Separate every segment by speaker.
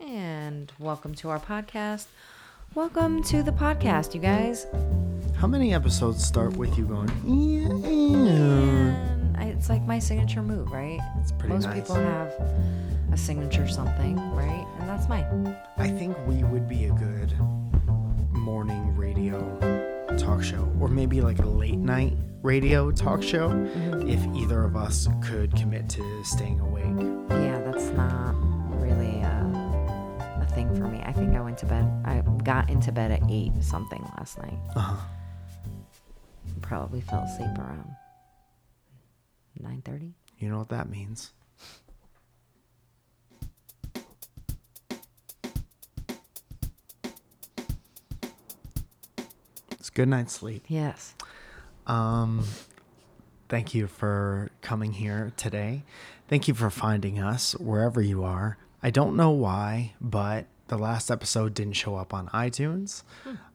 Speaker 1: And welcome to our podcast. Welcome to the podcast, you guys.
Speaker 2: How many episodes start with you going? "Yeah, yeah."
Speaker 1: And I, it's like my signature move, right?
Speaker 2: It's pretty
Speaker 1: Most
Speaker 2: nice.
Speaker 1: people have a signature something, right? And that's mine.
Speaker 2: I think we would be a good morning radio talk show, or maybe like a late night radio talk show,
Speaker 1: Mm-hmm.
Speaker 2: if either of us could commit to staying awake.
Speaker 1: Yeah, that's not really a, a thing for me. I think I went to bed, I got into bed at 8 something last night.
Speaker 2: Uh,
Speaker 1: Probably fell asleep around 9.30.
Speaker 2: you know what that means? It's good night's sleep.
Speaker 1: Yes.
Speaker 2: Um, thank you for coming here today. Thank you for finding us wherever you are. I don't know why, but the last episode didn't show up on iTunes.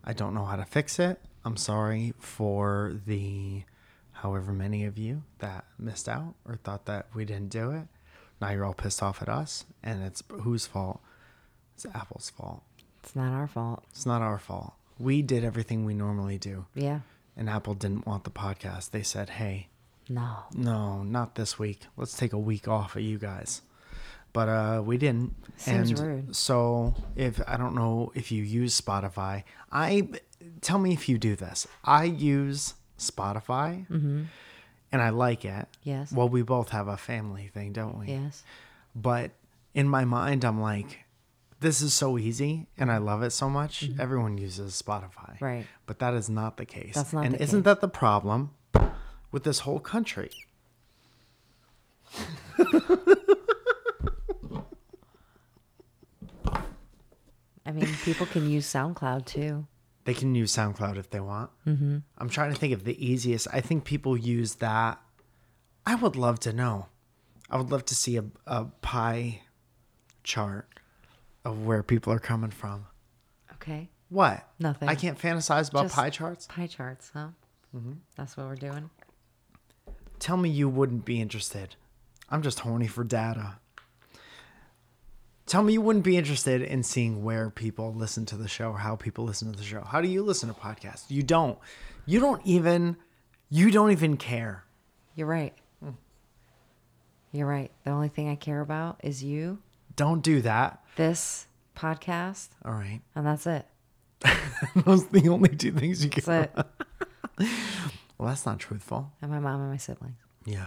Speaker 2: I don't know how to fix it. I'm sorry for the however many of you that missed out or thought that we didn't do it. Now you're all pissed off at us, and it's whose fault? It's Apple's fault.
Speaker 1: It's not our fault.
Speaker 2: It's not our fault. We did everything we normally do
Speaker 1: Yeah.
Speaker 2: and Apple didn't want the podcast. They said, "Hey,
Speaker 1: No.
Speaker 2: no, not this week. Let's take a week off of you guys." But uh, we didn't.
Speaker 1: Seems
Speaker 2: and
Speaker 1: rude.
Speaker 2: So if I don't know if you use Spotify, I tell me if you do this. I use Spotify, and I like it.
Speaker 1: Mm-hmm. Yes.
Speaker 2: Well, we both have a family thing, don't we?
Speaker 1: Yes.
Speaker 2: but in my mind i'm like this is so easy and i love it so much everyone uses spotify
Speaker 1: Mm-hmm. Right.
Speaker 2: but that is not the case
Speaker 1: That's not
Speaker 2: and
Speaker 1: the
Speaker 2: isn't
Speaker 1: case.
Speaker 2: that the problem with this whole country
Speaker 1: I mean, people can use SoundCloud too.
Speaker 2: they can use soundcloud if they want mm-hmm. i'm trying to think of the easiest i think people use that i would love to know i would love to see a, a pie chart of where people are coming from
Speaker 1: Okay.
Speaker 2: what
Speaker 1: Nothing.
Speaker 2: i can't fantasize about
Speaker 1: Just-
Speaker 2: pie charts
Speaker 1: Pie charts, huh?
Speaker 2: Mm-hmm.
Speaker 1: That's what we're doing.
Speaker 2: Tell me you wouldn't be interested. I'm just horny for data. Tell me you wouldn't be interested in seeing where people listen to the show or how people listen to the show. How do you listen to podcasts? You don't. You don't even you don't even care.
Speaker 1: You're right.
Speaker 2: Mm.
Speaker 1: You're right. The only thing I care about is you,
Speaker 2: Don't do that.
Speaker 1: this podcast,
Speaker 2: All right.
Speaker 1: and that's it.
Speaker 2: Those are the only two things you care.
Speaker 1: That's it.
Speaker 2: Well, that's not truthful.
Speaker 1: and my mom and my siblings.
Speaker 2: Yeah.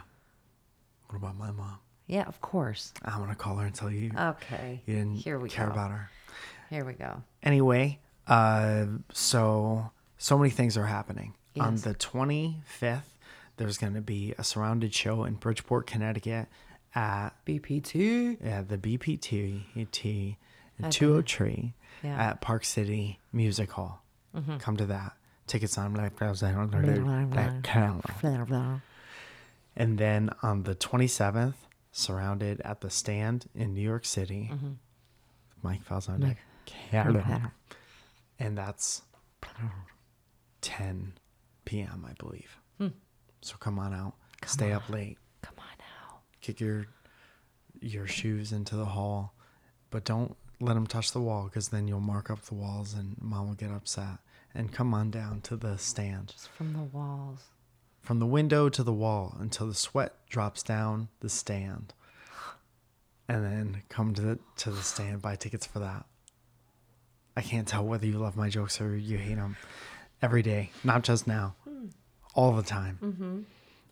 Speaker 2: What about my mom?
Speaker 1: Yeah, of course.
Speaker 2: I'm gonna call her and tell you
Speaker 1: Okay.
Speaker 2: you didn't
Speaker 1: Oh, Here we
Speaker 2: care
Speaker 1: go.
Speaker 2: about her.
Speaker 1: Here we go.
Speaker 2: anyway uh so so many things are happening on
Speaker 1: Yes.
Speaker 2: the 25th there's going to be a surrounded show in bridgeport connecticut at
Speaker 1: BPT.
Speaker 2: yeah, the BPT and 203
Speaker 1: yeah. Mm-hmm.
Speaker 2: at Park City Music Hall. Come to that. Tickets on And then on the 27th, surrounded at the stand in New York City, Mm-hmm. Mike Falzonic. And that's 10 p.m., I believe. So Hmm. come on out. Stay up late
Speaker 1: Come on now.
Speaker 2: kick your your shoes into the hall, but don't let them touch the wall because then you'll mark up the walls and mom will get upset. And come on down to the stand.
Speaker 1: It's from the walls.
Speaker 2: From the window to the wall until the sweat drops down the stand. And then come to the to the stand, buy tickets for that. I can't tell whether you love my jokes or you hate them. Every day, not just now, all the time.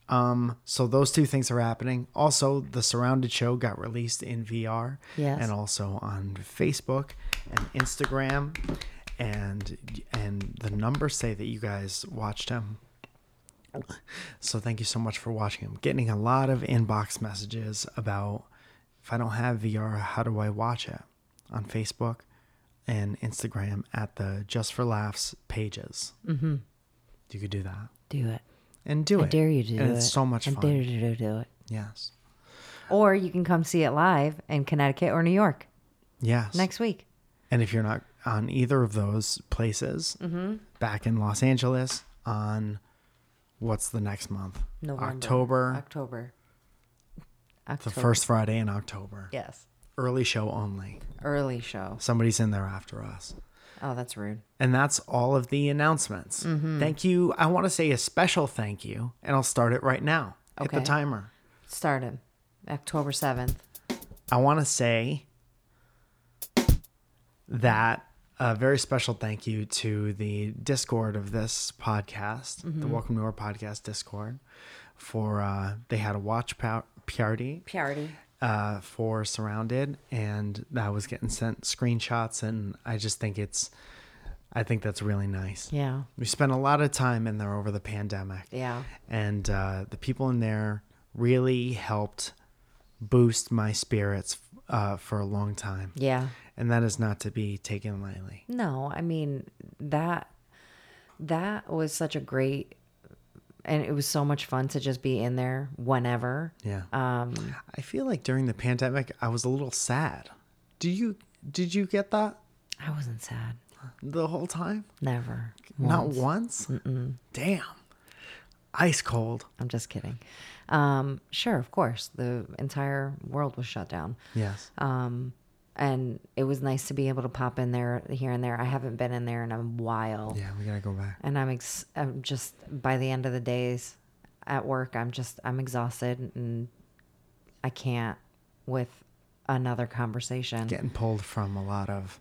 Speaker 2: Um, so those two things are happening. Also, the Surrounded show got released in VR,
Speaker 1: Yes.
Speaker 2: and also on Facebook and Instagram, and and the numbers say that you guys watched them. So thank you so much for watching them. Getting a lot of inbox messages about if I don't have VR, how do I watch it on Facebook and Instagram at the Just for Laughs pages. Mm-hmm. You could do that
Speaker 1: Do it.
Speaker 2: and do
Speaker 1: I
Speaker 2: it.
Speaker 1: dare you to do
Speaker 2: and
Speaker 1: it.
Speaker 2: It's so much
Speaker 1: I
Speaker 2: fun.
Speaker 1: dare you to do it.
Speaker 2: Yes.
Speaker 1: Or you can come see it live in Connecticut or New York
Speaker 2: Yes.
Speaker 1: next week.
Speaker 2: And if you're not on either of those places,
Speaker 1: Mm-hmm.
Speaker 2: back in Los Angeles on what's the next month?
Speaker 1: November.
Speaker 2: October.
Speaker 1: October.
Speaker 2: the
Speaker 1: October.
Speaker 2: first Friday in October.
Speaker 1: Yes.
Speaker 2: Early show only
Speaker 1: Early show.
Speaker 2: Somebody's in there after us.
Speaker 1: Oh, that's rude.
Speaker 2: And that's all of the announcements.
Speaker 1: Mm-hmm.
Speaker 2: Thank you. I want to say a special thank you, and I'll start it right now. Hit the
Speaker 1: Okay.
Speaker 2: timer.
Speaker 1: Started October 7th.
Speaker 2: I want to say that a very special thank you to the Discord of this podcast, the Welcome to Our Podcast Discord, for uh, they had a watch pow- party
Speaker 1: Piardi.
Speaker 2: uh, for Surrounded, and I was getting sent screenshots, and I just think it's, I think that's really nice.
Speaker 1: Yeah.
Speaker 2: We spent a lot of time in there over the pandemic.
Speaker 1: Yeah.
Speaker 2: And uh, the people in there really helped boost my spirits uh, for a long time.
Speaker 1: Yeah.
Speaker 2: And that is not to be taken lightly.
Speaker 1: No, I mean that that was such a great and it was so much fun to just be in there whenever.
Speaker 2: Yeah.
Speaker 1: Um
Speaker 2: Uh, I feel like during the pandemic, I was a little sad. Do you did you get that
Speaker 1: I wasn't sad.
Speaker 2: the whole time?
Speaker 1: Never.
Speaker 2: Not once. Damn. Ice cold.
Speaker 1: I'm just kidding. Um sure, of course. The entire world was shut down.
Speaker 2: Yes.
Speaker 1: Um and it was nice to be able to pop in there here and there. I haven't been in there in a while.
Speaker 2: yeah, we gotta go back.
Speaker 1: and I'm ex- I'm just by the end of the days at work, I'm just I'm exhausted and I can't with another conversation
Speaker 2: Getting pulled from a lot of.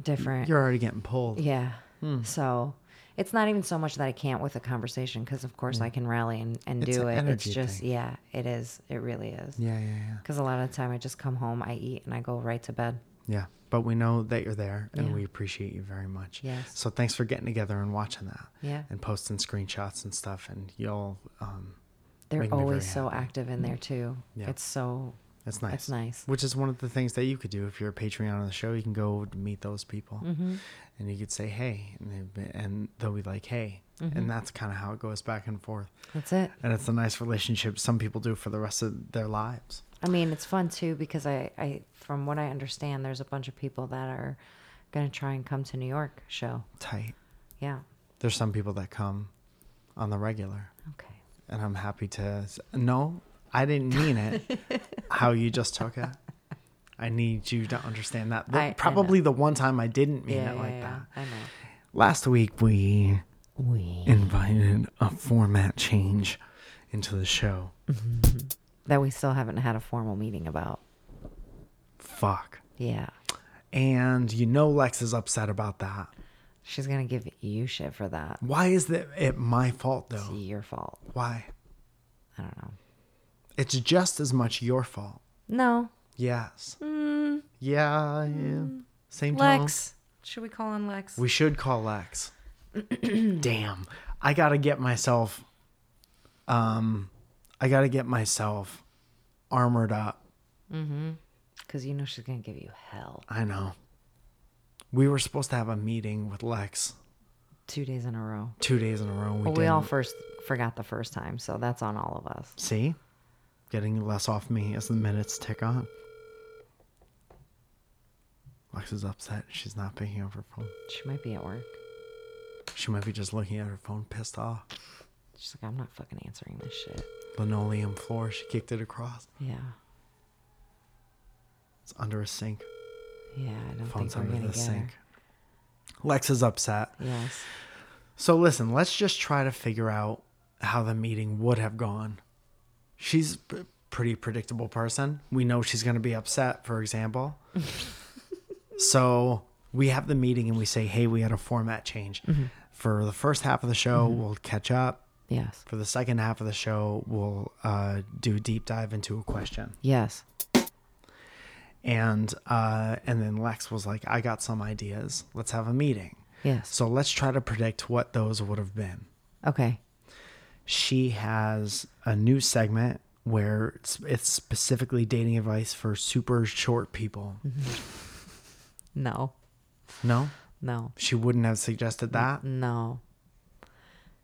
Speaker 1: different.
Speaker 2: You're Hmm. already getting pulled.
Speaker 1: yeah. So it's not even so much that I can't with a conversation because of course I can rally and, and
Speaker 2: It's
Speaker 1: do
Speaker 2: an
Speaker 1: it. It's
Speaker 2: energy
Speaker 1: just
Speaker 2: thing.
Speaker 1: yeah, it is. It really is.
Speaker 2: Yeah, yeah, yeah.
Speaker 1: Because a lot of the time I just come home, I eat, and I go right to bed.
Speaker 2: Yeah, but we know that you're there and
Speaker 1: Yeah.
Speaker 2: we appreciate you very much.
Speaker 1: Yes.
Speaker 2: So thanks for getting together and watching that.
Speaker 1: Yeah.
Speaker 2: And posting screenshots and stuff. And y'all, um,
Speaker 1: They're
Speaker 2: Make me very
Speaker 1: always so active in there too.
Speaker 2: Yeah.
Speaker 1: It's so
Speaker 2: that's nice.
Speaker 1: That's nice.
Speaker 2: Which is one of the things that you could do if you're a Patreon on the show. You can go meet those people
Speaker 1: Mm-hmm.
Speaker 2: and you could say, hey. And, they'd be, and they'll be like, hey.
Speaker 1: Mm-hmm.
Speaker 2: And that's kind of how it goes back and forth.
Speaker 1: that's it.
Speaker 2: And it's a nice relationship some people do for the rest of their lives.
Speaker 1: I mean, it's fun too because I, I from what I understand, there's a bunch of people that are going to try and come to New York show.
Speaker 2: Tight.
Speaker 1: Yeah.
Speaker 2: There's some people that come on the regular.
Speaker 1: Okay.
Speaker 2: and I'm happy to. s- No, I didn't mean it. how you just took it. I need you to understand that. The-
Speaker 1: I- I know.
Speaker 2: probably the one time I didn't mean it like that.
Speaker 1: I know.
Speaker 2: Last week we
Speaker 1: We
Speaker 2: invited a format change into the show.
Speaker 1: that we still haven't had a formal meeting about.
Speaker 2: Fuck.
Speaker 1: Yeah.
Speaker 2: And you know Lex is upset about that.
Speaker 1: She's going to give you shit for that.
Speaker 2: Why is that it my fault
Speaker 1: It's
Speaker 2: though?
Speaker 1: your fault.
Speaker 2: Why?
Speaker 1: I don't know.
Speaker 2: It's just as much your fault.
Speaker 1: No.
Speaker 2: Yes. Yeah. yeah. Same time.
Speaker 1: Mm. Lex. Should we call on Lex?
Speaker 2: We should call Lex. Damn. I gotta get myself um I gotta get myself armored up.
Speaker 1: Because you know she's going to give you hell
Speaker 2: I know. We were supposed to have a meeting with Lex
Speaker 1: two days in a row.
Speaker 2: two days in a row. and We,
Speaker 1: Well,
Speaker 2: didn't.
Speaker 1: we all first forgot the first time. So that's on all of us.
Speaker 2: see? Getting less off me as the minutes tick on. Lex is upset. She's not picking up her phone.
Speaker 1: She might be at work.
Speaker 2: She might be just looking at her phone, pissed off.
Speaker 1: She's like, I'm not fucking answering this shit.
Speaker 2: Linoleum floor. She kicked it across.
Speaker 1: Yeah.
Speaker 2: It's under a sink.
Speaker 1: Yeah, I don't
Speaker 2: phone's
Speaker 1: think we're
Speaker 2: under
Speaker 1: gonna
Speaker 2: the
Speaker 1: get
Speaker 2: sink.
Speaker 1: her.
Speaker 2: Lex is upset.
Speaker 1: Yes.
Speaker 2: So listen, let's just try to figure out how the meeting would have gone. She's a pretty predictable person. We know she's going to be upset, for example. so we have the meeting and we say, "Hey, we had a format change.
Speaker 1: Mm-hmm.
Speaker 2: For the first half of the show, we'll catch up.
Speaker 1: Yes.
Speaker 2: For the second half of the show, we'll uh, do a deep dive into a question."
Speaker 1: Yes.
Speaker 2: And uh, and then Lex was like, "I got some ideas. Let's have a meeting."
Speaker 1: Yes.
Speaker 2: So let's try to predict what those would have been.
Speaker 1: Okay.
Speaker 2: She has a new segment where it's, it's specifically dating advice for super short people.
Speaker 1: No.
Speaker 2: No,
Speaker 1: No.
Speaker 2: she wouldn't have suggested
Speaker 1: Mm-hmm.
Speaker 2: that.
Speaker 1: No.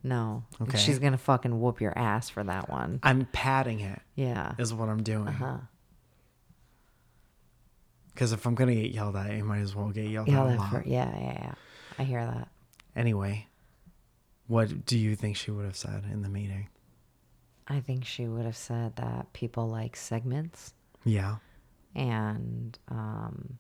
Speaker 1: No.
Speaker 2: Okay.
Speaker 1: She's gonna fucking whoop your ass for that one.
Speaker 2: I'm padding it,
Speaker 1: Yeah.
Speaker 2: is what I'm doing. Because if I'm going to get yelled at, you might as well get yelled
Speaker 1: Yeah,
Speaker 2: at a
Speaker 1: that
Speaker 2: lot.
Speaker 1: for, yeah, yeah, yeah. I hear that.
Speaker 2: Anyway, what do you think she would have said in the meeting?
Speaker 1: I think she would have said that people like segments
Speaker 2: Yeah.
Speaker 1: and um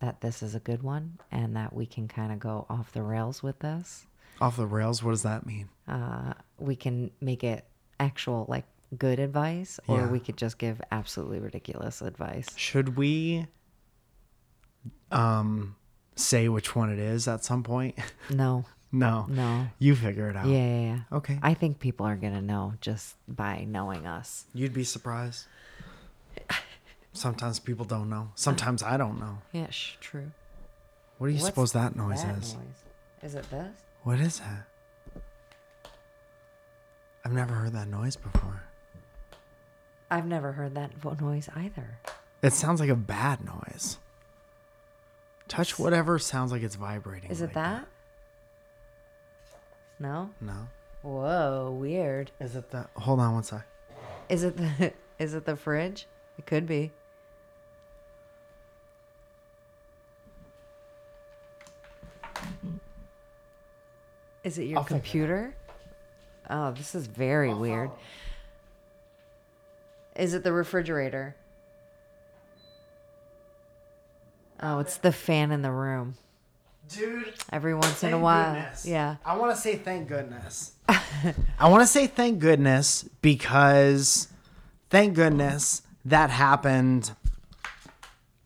Speaker 1: that this is a good one and that we can kind of go off the rails with this.
Speaker 2: Off the rails, what does that mean?
Speaker 1: Uh, we can make it actual, like good advice, or
Speaker 2: Yeah.
Speaker 1: we could just give absolutely ridiculous advice.
Speaker 2: Should we um say which one it is at some point?
Speaker 1: No,
Speaker 2: no.
Speaker 1: no.
Speaker 2: You figure it out.
Speaker 1: Yeah, yeah, yeah.
Speaker 2: Oh. Okay.
Speaker 1: I think people are going to know just by knowing us.
Speaker 2: You'd be surprised. Sometimes people don't know. Sometimes I don't know.
Speaker 1: Yeah, sh- true.
Speaker 2: What do you
Speaker 1: What's
Speaker 2: suppose that noise
Speaker 1: that
Speaker 2: is?
Speaker 1: noise? Is it this?
Speaker 2: What is that? I've never heard that noise before.
Speaker 1: I've never heard that vo- noise either.
Speaker 2: It sounds like a bad noise. Touch whatever sounds like it's vibrating.
Speaker 1: Is it
Speaker 2: like
Speaker 1: that? No?
Speaker 2: No.
Speaker 1: Whoa, weird.
Speaker 2: Is it that? Hold on one sec.
Speaker 1: Is it the is it the fridge? It could be. Is it your
Speaker 2: I'll figure it out. Uh-huh.
Speaker 1: computer? Oh, this is very weird. Is it the refrigerator? Oh, it's the fan in the room.
Speaker 2: Dude.
Speaker 1: Every once in a while. Yeah.
Speaker 2: I want to say thank goodness. I want to say thank goodness because thank goodness that happened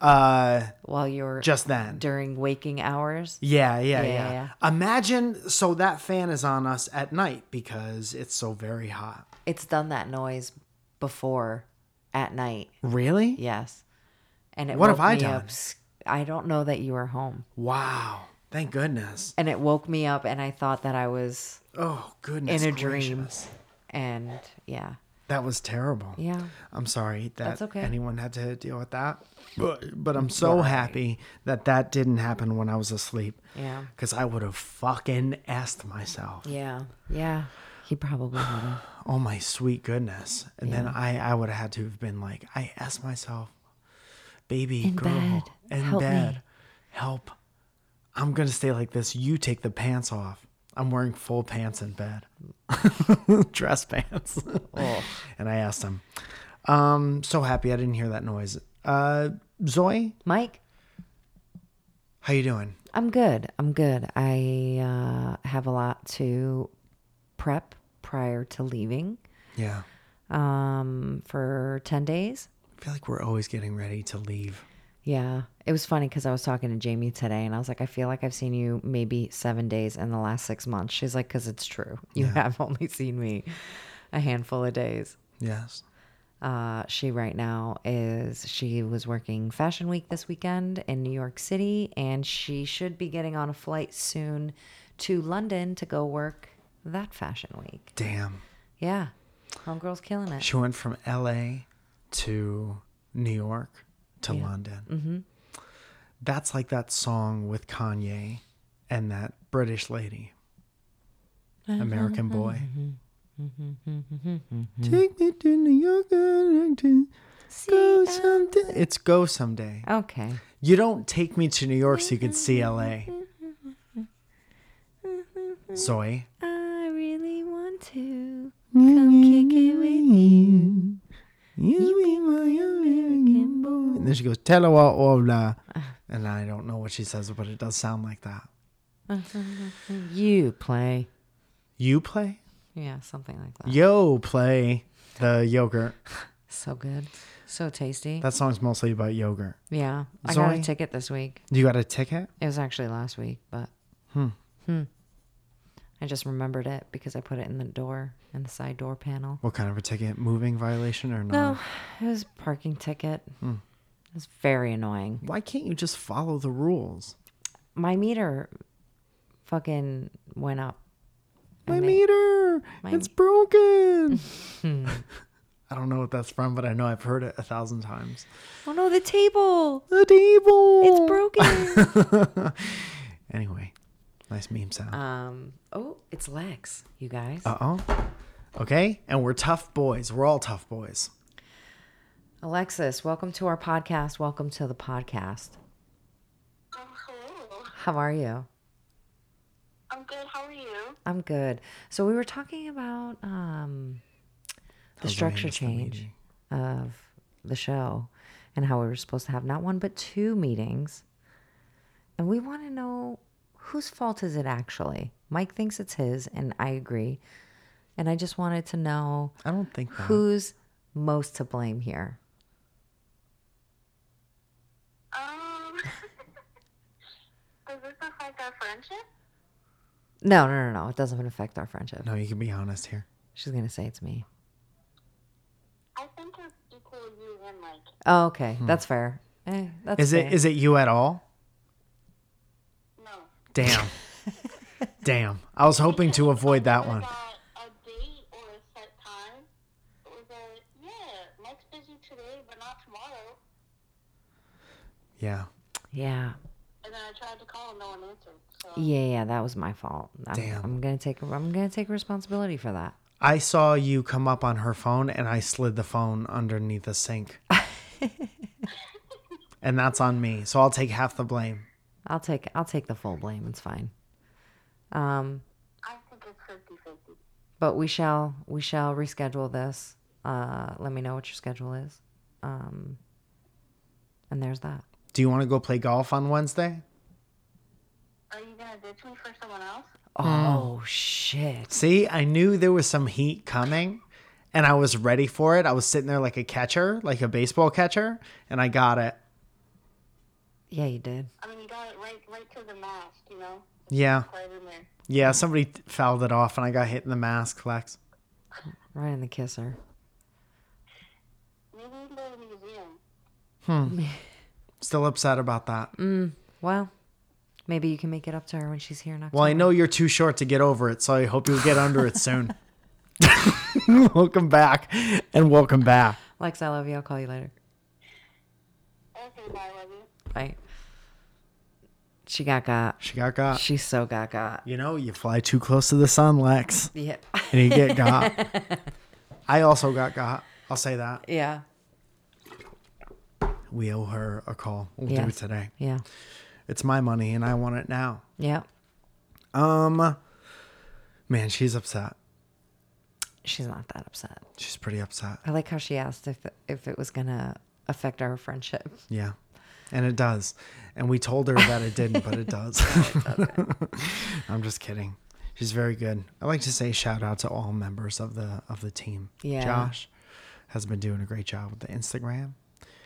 Speaker 2: uh
Speaker 1: While you're
Speaker 2: just then.
Speaker 1: during waking hours.
Speaker 2: Yeah, yeah,
Speaker 1: Yeah,
Speaker 2: yeah,
Speaker 1: yeah,
Speaker 2: Imagine so that fan is on us at night because it's so very hot.
Speaker 1: It's done that noise before at night.
Speaker 2: Really?
Speaker 1: Yes. And it
Speaker 2: What
Speaker 1: woke
Speaker 2: have I
Speaker 1: me
Speaker 2: done?
Speaker 1: up. s- I don't know that you were home.
Speaker 2: Wow. Thank goodness.
Speaker 1: And it woke me up and I thought that I was
Speaker 2: Oh goodness.
Speaker 1: in a dream.
Speaker 2: gracious.
Speaker 1: And yeah.
Speaker 2: That was terrible.
Speaker 1: Yeah.
Speaker 2: I'm sorry that
Speaker 1: That's okay.
Speaker 2: anyone had to deal with that. But, but I'm so happy that that didn't happen when I was asleep.
Speaker 1: Yeah.
Speaker 2: Cuz I would have fucking asked myself.
Speaker 1: Yeah. Yeah. He probably would have.
Speaker 2: Oh my sweet goodness. And then I I would have had to have been like I asked myself, baby
Speaker 1: In
Speaker 2: girl
Speaker 1: bed.
Speaker 2: in
Speaker 1: Help me."
Speaker 2: bed. Help. I'm going to stay like this. You take the pants off. I'm wearing full pants in bed. Dress pants.
Speaker 1: Oh.
Speaker 2: and I asked him. Um, so happy I didn't hear that noise. Uh, Zoe,
Speaker 1: Mike,
Speaker 2: how you doing?
Speaker 1: I'm good. I'm good. I uh, have a lot to prep prior to leaving
Speaker 2: Yeah,
Speaker 1: um, for 10 days.
Speaker 2: I feel like we're always getting ready to leave.
Speaker 1: Yeah. It was funny because I was talking to Jamie today and I was like, I feel like I've seen you maybe seven days in the last six months. She's like, because it's true. You have only seen me a handful of days.
Speaker 2: Yes.
Speaker 1: Uh, she right now is, she was working Fashion Week this weekend in New York City and she should be getting on a flight soon to London to go work that Fashion Week.
Speaker 2: Damn.
Speaker 1: Yeah. Homegirl's killing it.
Speaker 2: She went from L.A. to New York to London. Mm-hmm. That's like that song with Kanye and that British lady, American boy. Take me to New York. I'd like to Go someday. It's go someday.
Speaker 1: Okay.
Speaker 2: You don't take me to New York so you can see LA. Zoe.
Speaker 1: I really want to come kick it with
Speaker 2: You be my American boy. And then she goes, Tell her what hola. And I don't know what she says, but it does sound like that.
Speaker 1: You play.
Speaker 2: You play?
Speaker 1: Yeah, something like that.
Speaker 2: Yo play the yogurt.
Speaker 1: So good. So tasty.
Speaker 2: That song's mostly about yogurt.
Speaker 1: yeah. I got a
Speaker 2: Zoe?
Speaker 1: ticket this week.
Speaker 2: You got a ticket?
Speaker 1: It was actually last week, but. Hmm. I just remembered it because I put it in the door, in the side door panel.
Speaker 2: What kind of a ticket? Moving violation or not?
Speaker 1: No, it was a parking ticket.
Speaker 2: Hmm.
Speaker 1: It was very annoying.
Speaker 2: Why can't you just follow the rules?
Speaker 1: My meter fucking went up.
Speaker 2: My
Speaker 1: And they-
Speaker 2: meter,
Speaker 1: my
Speaker 2: it's broken. I don't know what that's from, but I know I've heard it a thousand times.
Speaker 1: Oh no, the table!
Speaker 2: The table,
Speaker 1: It's broken!
Speaker 2: broken. anyway, nice meme sound.
Speaker 1: um, oh, it's Lex, you guys.
Speaker 2: Uh oh. Okay, and we're tough boys. We're all tough boys.
Speaker 1: Alexis, welcome to our podcast. Welcome to the podcast.
Speaker 3: Um, hello.
Speaker 1: How are you?
Speaker 3: I'm good. How are you?
Speaker 1: I'm good. So we were talking about um, the
Speaker 2: How's the
Speaker 1: structure
Speaker 2: names for
Speaker 1: change
Speaker 2: meeting?
Speaker 1: of the show and how we were supposed to have not one but two meetings And we want to know whose fault is it actually? Mike thinks it's his, and I agree. And I just wanted to know
Speaker 2: I don't think that.
Speaker 1: who's most to blame here.
Speaker 3: Um, does this affect our friendship?
Speaker 1: No, no, no, no. It doesn't affect our friendship.
Speaker 2: No, you can be honest here.
Speaker 1: She's going to say it's me.
Speaker 3: I think it's equal you and Mike.
Speaker 1: Oh, okay. That's fair. Eh, that's
Speaker 2: Hmm. Is it is it you at all?
Speaker 3: No.
Speaker 2: Damn. Damn. I was hoping to avoid that one.
Speaker 3: Was that a date or a set time? It was a, yeah, Mike's busy today, but not tomorrow.
Speaker 2: Yeah.
Speaker 1: yeah.
Speaker 3: And then I tried to call and no one answered. So
Speaker 1: Yeah, yeah, that was my fault. I'm,
Speaker 2: Damn.
Speaker 1: I'm gonna take I'm gonna take responsibility for that.
Speaker 2: I saw you come up on her phone and I slid the phone underneath the sink. and that's on me. So I'll take half the blame.
Speaker 1: I'll take I'll take the full blame. It's fine. Um,
Speaker 3: I think it's 50 50.
Speaker 1: but we shall we shall reschedule this. Uh, let me know what your schedule is. Um, and there's that.
Speaker 2: Do you want to go play golf on Wednesday?
Speaker 3: Are you going to ditch me for someone else?
Speaker 1: Oh shit!
Speaker 2: See, I knew there was some heat coming and I was ready for it. I was sitting there like a catcher, like a baseball catcher, and I got it.
Speaker 1: Yeah, you did.
Speaker 3: I mean, you got it right, right to the mast, you know?
Speaker 2: Yeah.
Speaker 3: Right in there.
Speaker 2: Yeah, somebody t- fouled it off and I got hit in the mask, Lex.
Speaker 1: Right in the kisser.
Speaker 3: Maybe you can go to the museum.
Speaker 2: Still upset about that.
Speaker 1: Well, maybe you can make it up to her when she's here next.
Speaker 2: Well, I know you're too short to get over it, so I hope you'll get under it soon. welcome back and welcome back.
Speaker 1: Lex, I love you. I'll call you later.
Speaker 3: Okay, bye, love you.
Speaker 1: Bye. She got got.
Speaker 2: She got got.
Speaker 1: She's so got got.
Speaker 2: You know, you fly too close to the sun, Lex,
Speaker 1: Yep.
Speaker 2: and you get got. I also got got. I'll say that.
Speaker 1: yeah.
Speaker 2: We owe her a call. We'll do it
Speaker 1: Yes.
Speaker 2: today.
Speaker 1: Yeah.
Speaker 2: It's my money and I want it now.
Speaker 1: Yep.
Speaker 2: Um man, she's upset.
Speaker 1: She's not that upset.
Speaker 2: She's pretty upset.
Speaker 1: I like how she asked if if it was gonna affect our friendship.
Speaker 2: Yeah. And it does. And we told her that it didn't, but it does. I'm just kidding. She's very good. I like to say shout out to all members of the of the team.
Speaker 1: Yeah.
Speaker 2: Josh has been doing a great job with the Instagram.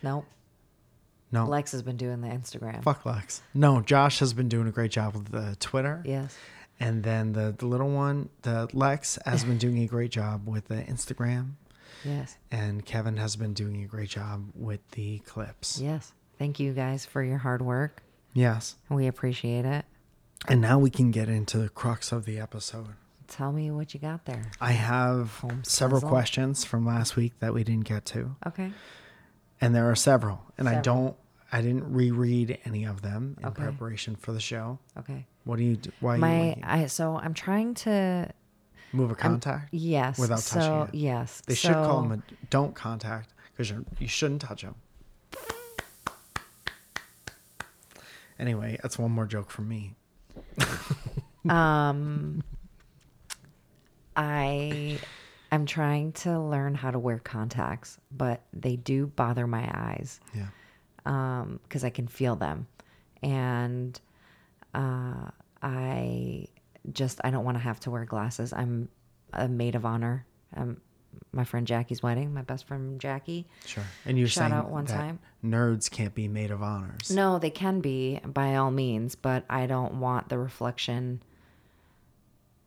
Speaker 1: Nope.
Speaker 2: No.
Speaker 1: Lex has been doing the Instagram.
Speaker 2: Oh. fuck Lex. No, Josh has been doing a great job with the Twitter.
Speaker 1: Yes.
Speaker 2: And then the, the little one, the Lex has been doing a great job with the Instagram.
Speaker 1: Yes.
Speaker 2: And Kevin has been doing a great job with the clips.
Speaker 1: Yes. Thank you guys for your hard work.
Speaker 2: Yes.
Speaker 1: We appreciate it.
Speaker 2: And now we can get into the crux of the episode.
Speaker 1: Tell me what you got there.
Speaker 2: I have several
Speaker 1: sizzle.
Speaker 2: questions from last week that we didn't get to,
Speaker 1: Okay.
Speaker 2: and there are several, and I
Speaker 1: Several.
Speaker 2: don't, I didn't reread any of them in
Speaker 1: Okay.
Speaker 2: preparation for the show.
Speaker 1: Okay.
Speaker 2: What do you? do- Why you
Speaker 1: My uh,
Speaker 2: waiting?
Speaker 1: I so I'm trying to
Speaker 2: move a contact?
Speaker 1: yes.
Speaker 2: Without
Speaker 1: so,
Speaker 2: touching it.
Speaker 1: Yes.
Speaker 2: They should call
Speaker 1: so-
Speaker 2: them a don't contact because you you shouldn't touch them. Anyway, that's one more joke from me.
Speaker 1: I am trying to learn how to wear contacts, but they do bother my eyes.
Speaker 2: Yeah.
Speaker 1: um because i can feel them and uh i just i don't want to have to wear glasses i'm a maid of honor um my friend jackie's wedding my best friend jackie
Speaker 2: Sure. And you're
Speaker 1: Shout
Speaker 2: saying
Speaker 1: out one
Speaker 2: that
Speaker 1: time.
Speaker 2: nerds can't be maid of honors.
Speaker 1: no they can be by all means but i don't want the reflection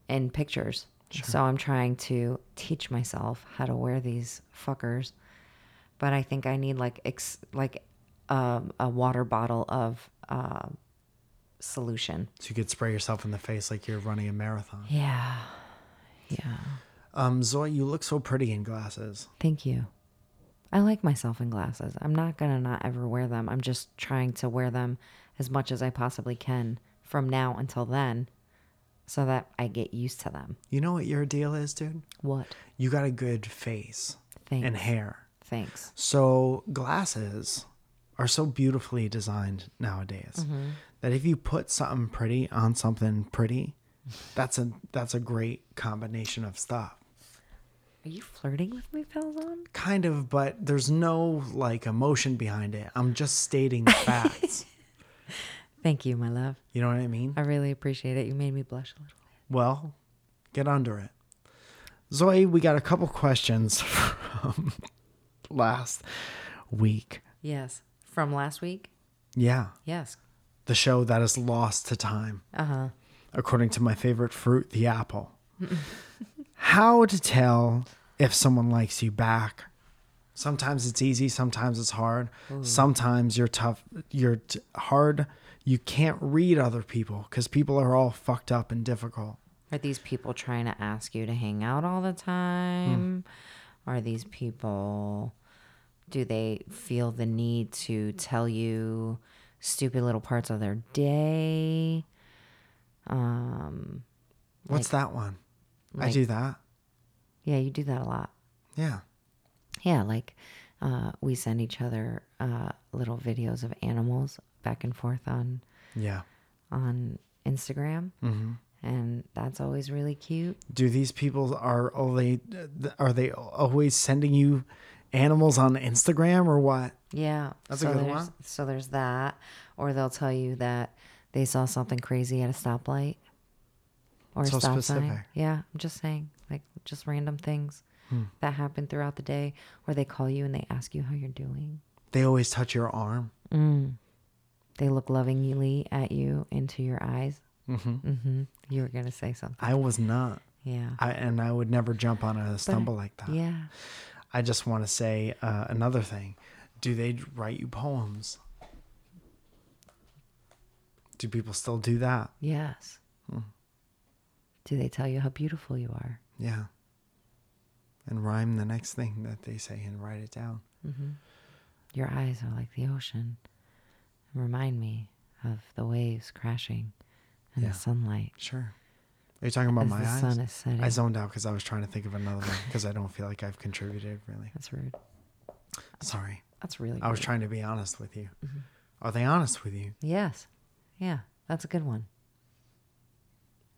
Speaker 1: in pictures so i'm trying to teach myself how to wear these fuckers but i think i need like ex- like um, a water bottle of uh, solution
Speaker 2: So you could spray yourself in the face like you're running a marathon.
Speaker 1: Yeah. Yeah.
Speaker 2: Um, Zoe, you look so pretty in glasses.
Speaker 1: Thank you. I like myself in glasses. I'm not going to not ever wear them. I'm just trying to wear them as much as I possibly can from now until then so that I get used to them.
Speaker 2: You know what your deal is, dude?
Speaker 1: What?
Speaker 2: You got a good face
Speaker 1: Thanks.
Speaker 2: and hair.
Speaker 1: Thanks.
Speaker 2: So glasses are so beautifully designed nowadays
Speaker 1: Mm-hmm.
Speaker 2: that if you put something pretty on something pretty, that's a that's a great combination of stuff.
Speaker 1: Are you flirting with me, Falzon?
Speaker 2: Kind of, but there's no like emotion behind it. I'm just stating facts.
Speaker 1: Thank you, my love.
Speaker 2: You know what I mean?
Speaker 1: I really appreciate it. You made me blush a little.
Speaker 2: Well, get under it. Zoe, we got a couple questions from last week.
Speaker 1: Yes. From last week?
Speaker 2: Yeah,
Speaker 1: Yes.
Speaker 2: the show that is lost to time.
Speaker 1: Uh huh.
Speaker 2: according to my favorite fruit, the apple. How to tell if someone likes you back. Sometimes it's easy, sometimes it's hard. Sometimes you're tough, you're t- hard. You can't read other people because people are all fucked up and difficult.
Speaker 1: Are these people trying to ask you to hang out all the time? Are these people, do they feel the need to tell you stupid little parts of their day? Um,
Speaker 2: What's that one? I
Speaker 1: like-
Speaker 2: do that.
Speaker 1: yeah, you do that a lot.
Speaker 2: Yeah.
Speaker 1: Yeah, like uh, we send each other uh, little videos of animals back and forth on
Speaker 2: Yeah.
Speaker 1: on Instagram, mm-hmm. and that's always really cute.
Speaker 2: Do these people are all they are they always sending you animals on Instagram or what?
Speaker 1: Yeah.
Speaker 2: That's a
Speaker 1: so
Speaker 2: good
Speaker 1: there's,
Speaker 2: one.
Speaker 1: So there's that. Or they'll tell you that they saw something crazy at a stoplight or a
Speaker 2: So
Speaker 1: stop sign.
Speaker 2: specific.
Speaker 1: Yeah. I'm just saying, like, just random things
Speaker 2: Hmm.
Speaker 1: that happen throughout the day. Or they call you and they ask you how you're doing.
Speaker 2: They always touch your arm.
Speaker 1: They look lovingly at you into your eyes. Mm-hmm. hmm You were going to say something.
Speaker 2: I was not.
Speaker 1: Yeah.
Speaker 2: I, and I would never jump on a stumble like that.
Speaker 1: yeah.
Speaker 2: I just want to say uh, another thing. Do they write you poems? Do people still do that?
Speaker 1: Yes.
Speaker 2: Hmm.
Speaker 1: Do they tell you how beautiful you are?
Speaker 2: Yeah. And rhyme the next thing that they say and write it down.
Speaker 1: Your eyes are like the ocean. Remind me of the waves crashing and
Speaker 2: Yeah.
Speaker 1: the sunlight
Speaker 2: Sure. Are you talking about
Speaker 1: as
Speaker 2: my
Speaker 1: the
Speaker 2: eyes?
Speaker 1: sun is setting.
Speaker 2: I zoned out because I was trying to think of another one because I don't feel like I've contributed really.
Speaker 1: That's rude.
Speaker 2: Sorry.
Speaker 1: That's really.
Speaker 2: I was
Speaker 1: rude.
Speaker 2: trying to be honest with you.
Speaker 1: Mm-hmm.
Speaker 2: Are they honest with you?
Speaker 1: Yes. Yeah, that's a good one.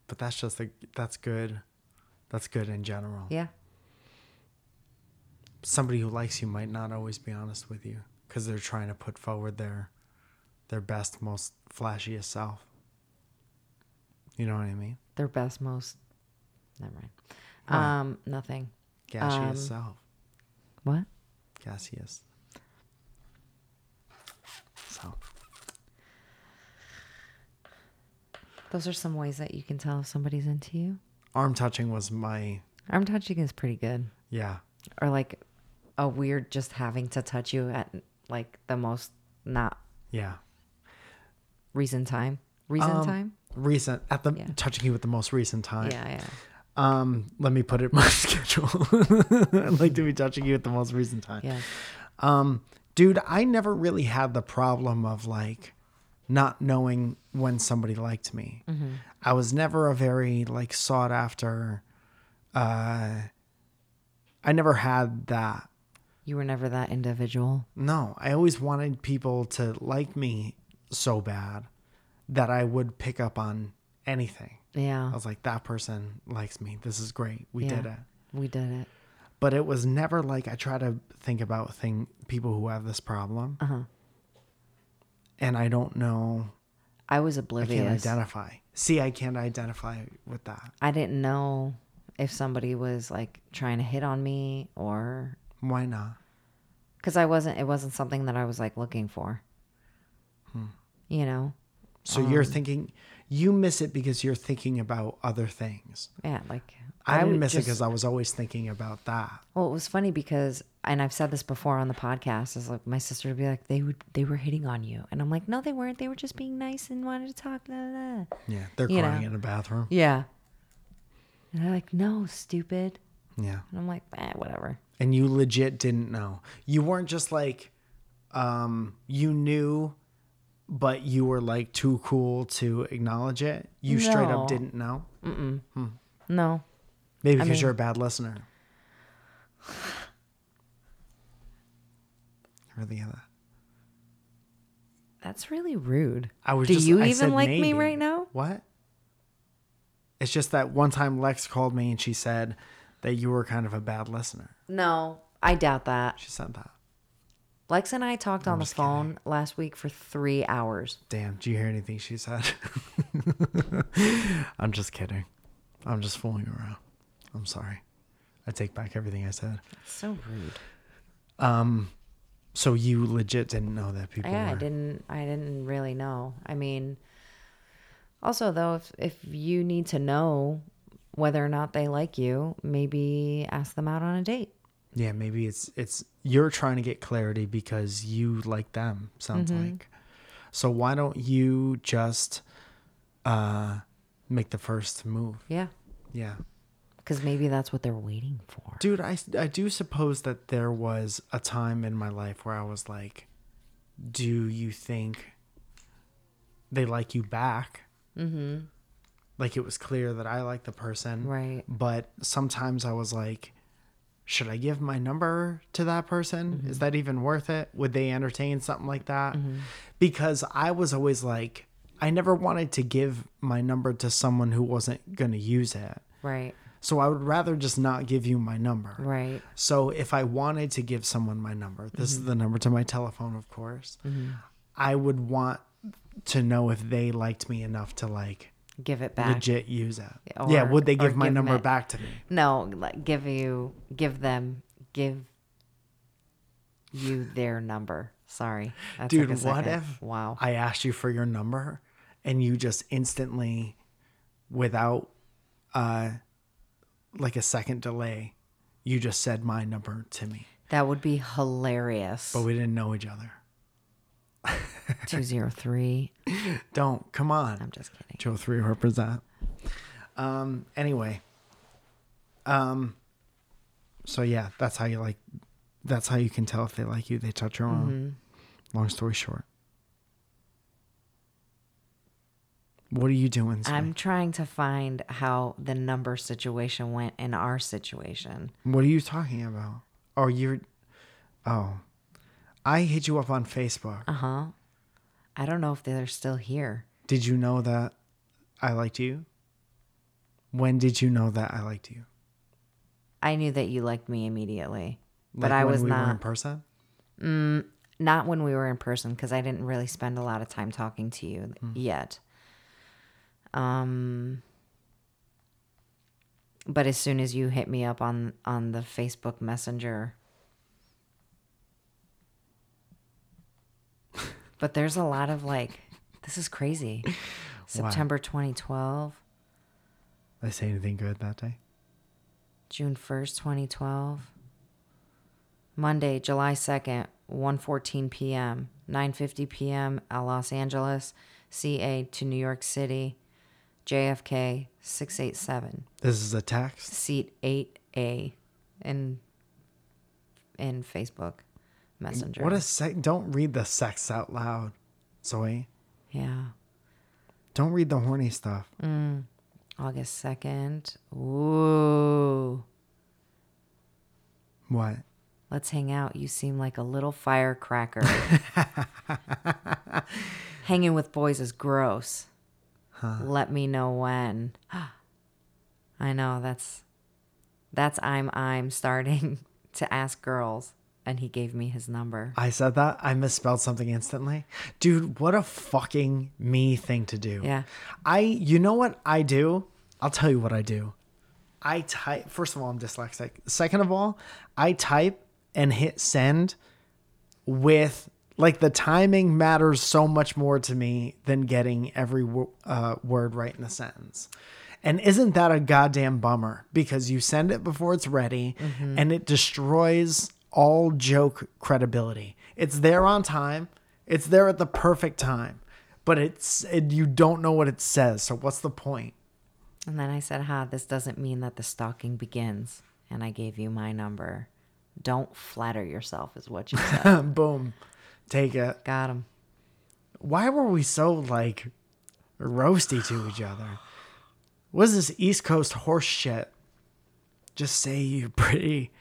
Speaker 2: But that's just like, that's good. That's good in general.
Speaker 1: Yeah.
Speaker 2: somebody who likes you might not always be honest with you because they're trying to put forward their their best most flashiest self you know what i mean
Speaker 1: Their best, most. Never mind.
Speaker 2: Why?
Speaker 1: Um, nothing.
Speaker 2: gaseous
Speaker 1: Um,
Speaker 2: self
Speaker 1: What?
Speaker 2: gaseous so
Speaker 1: Those are some ways that you can tell if somebody's into you.
Speaker 2: arm touching was my
Speaker 1: Arm touching is pretty good,
Speaker 2: yeah
Speaker 1: or like a weird just having to touch you at like the most not
Speaker 2: yeah
Speaker 1: reason time. Reason
Speaker 2: Um,
Speaker 1: time.
Speaker 2: recent at the
Speaker 1: Yeah.
Speaker 2: touching you at the most recent time
Speaker 1: Yeah, yeah.
Speaker 2: um let me put it in my schedule I'd like to be touching you at the most recent time
Speaker 1: Yes.
Speaker 2: Um, dude, I never really had the problem of like not knowing when somebody liked me.
Speaker 1: Mm-hmm.
Speaker 2: I was never a very like sought after. Uh, I never had that.
Speaker 1: You were never that individual.
Speaker 2: No, I always wanted people to like me so bad that I would pick up on anything.
Speaker 1: Yeah.
Speaker 2: I was like, that person likes me. This is great. We did
Speaker 1: Yeah.
Speaker 2: it.
Speaker 1: We did it.
Speaker 2: but it was never like I try to think about thing people who have this problem,
Speaker 1: Uh-huh.
Speaker 2: and I don't know.
Speaker 1: I was
Speaker 2: I can't
Speaker 1: oblivious. I,
Speaker 2: identify. See, I can't identify with that.
Speaker 1: didn't know if somebody was like trying to hit on me or
Speaker 2: Why not?
Speaker 1: because I wasn't, it wasn't something that I was like looking for.
Speaker 2: Hmm.
Speaker 1: You know?
Speaker 2: So
Speaker 1: Um,
Speaker 2: you're thinking, you miss it because you're thinking about other things.
Speaker 1: Yeah. Like,
Speaker 2: I, didn't
Speaker 1: would
Speaker 2: miss it 'cause it
Speaker 1: just-
Speaker 2: because I was always thinking about that.
Speaker 1: Well, it was funny because, and I've said this before on the podcast, is like my sister would be like, they would, they were hitting on you, and I'm like, no, they weren't. They were just being nice and wanted to talk. Blah, blah, blah.
Speaker 2: Yeah, they're
Speaker 1: You
Speaker 2: crying
Speaker 1: know.
Speaker 2: in a bathroom.
Speaker 1: Yeah. And they're like, no, stupid.
Speaker 2: Yeah,
Speaker 1: And I'm like, eh, whatever.
Speaker 2: and you legit didn't know. You weren't just like, um, you knew, but you were like too cool to acknowledge it. You straight
Speaker 1: No.
Speaker 2: up didn't know.
Speaker 1: No,
Speaker 2: Maybe because
Speaker 1: mean-
Speaker 2: you're a bad listener. I really get that.
Speaker 1: That's really rude.
Speaker 2: I was
Speaker 1: Do
Speaker 2: just,
Speaker 1: you
Speaker 2: I
Speaker 1: even
Speaker 2: said
Speaker 1: like me
Speaker 2: maybe.
Speaker 1: right now?
Speaker 2: What? It's just that one time Lex called me and she said that you were kind of a bad listener.
Speaker 1: No, I doubt that.
Speaker 2: She said that.
Speaker 1: Lex and I talked on the phone last week for three hours.
Speaker 2: Damn, do you hear anything she said? I'm just kidding. I'm just fooling around. I'm sorry. I take back everything I said.
Speaker 1: So rude.
Speaker 2: So you legit didn't know that people
Speaker 1: Yeah, I
Speaker 2: were-
Speaker 1: didn't. I didn't really know. I mean, also though, if if you need to know whether or not they like you, maybe ask them out on a date.
Speaker 2: Yeah, maybe it's it's you're trying to get clarity because you like them, sounds
Speaker 1: Mm-hmm.
Speaker 2: like. So why don't you just uh make the first move?
Speaker 1: Yeah,
Speaker 2: Yeah.
Speaker 1: because maybe that's what they're waiting for.
Speaker 2: Dude, I I do suppose that there was a time in my life where I was like, do you think they like you back? Mhm. Like it was clear that I like the person.
Speaker 1: Right.
Speaker 2: But sometimes I was like, should I give my number to that person? Is that even worth it? Would they entertain something like that? Because I was always like, I never wanted to give my number to someone who wasn't going to use it.
Speaker 1: Right.
Speaker 2: So I would rather just not give you my number.
Speaker 1: Right.
Speaker 2: So if I wanted to give someone my number, this
Speaker 1: Mm-hmm.
Speaker 2: is the number to my telephone, of course. I would want to know if they liked me enough to like
Speaker 1: Give it back.
Speaker 2: legit use it.
Speaker 1: Or-
Speaker 2: yeah, would they
Speaker 1: or
Speaker 2: give my
Speaker 1: give
Speaker 2: number
Speaker 1: it-
Speaker 2: back to me?
Speaker 1: No, like give you, give them, give you their number. Sorry, That took
Speaker 2: Dude,
Speaker 1: a
Speaker 2: what
Speaker 1: second.
Speaker 2: if
Speaker 1: Wow.
Speaker 2: I asked you for your number and you just instantly without uh like a second delay, you just said my number to me.
Speaker 1: That would be hilarious.
Speaker 2: But we didn't know each other.
Speaker 1: Two zero three.
Speaker 2: Don't come on.
Speaker 1: I'm just kidding.
Speaker 2: Joe three represent. Um. Anyway. Um. So yeah, that's how you like. That's how you can tell if they like you. They touch your arm.
Speaker 1: Mm-hmm.
Speaker 2: Long story short. What are you doing? Sway?
Speaker 1: I'm trying to find how the number situation went in our situation.
Speaker 2: What are you talking about? Oh, you're. Oh, I hit you up on Facebook.
Speaker 1: Uh huh. I don't know if they're still here.
Speaker 2: Did you know that I liked you? When did you know that I liked you?
Speaker 1: I knew that you liked me immediately, but
Speaker 2: Like
Speaker 1: I
Speaker 2: when
Speaker 1: was
Speaker 2: we
Speaker 1: not.
Speaker 2: were in person.
Speaker 1: not when we were in person because I didn't really spend a lot of time talking to you yet. Um, but as soon as you hit me up on on the Facebook Messenger, but there's a lot of like, this is crazy. September 2012,
Speaker 2: Did I say anything good that day?
Speaker 1: June 1st, 2012, Monday, July 2nd, 1:14 p.m., 9:50 p.m. at Los Angeles, CA to New York City, JFK 687,
Speaker 2: This is a text.
Speaker 1: seat 8A in in Facebook Messenger.
Speaker 2: What a sec! Don't read the sex out loud, Zoe.
Speaker 1: Yeah.
Speaker 2: Don't read the horny stuff.
Speaker 1: August 2nd. Ooh.
Speaker 2: What?
Speaker 1: Let's hang out. You seem like a little firecracker. Hanging with boys is gross. Let me know when. I know that's that's I'm I'm starting to ask girls and he gave me his number.
Speaker 2: I said that. I misspelled something instantly. Dude, what a fucking me thing to do.
Speaker 1: Yeah.
Speaker 2: I. You know what I do? I'll tell you what I do. I type. First of all, I'm dyslexic. Second of all, I type and hit send with like the timing matters so much more to me than getting every wo- uh, word right in a sentence. And isn't that a goddamn bummer? Because you send it before it's ready and it destroys all joke credibility. It's there on time, it's there at the perfect time, but it's it, you don't know what it says. So what's the point?
Speaker 1: And then I said, "Ha, this doesn't mean that the stalking begins." And I gave you my number. Don't flatter yourself is what you said.
Speaker 2: Boom. Take it.
Speaker 1: Got him.
Speaker 2: why were we so like roasty to each other? What is this East Coast horse shit? Just say you're pretty.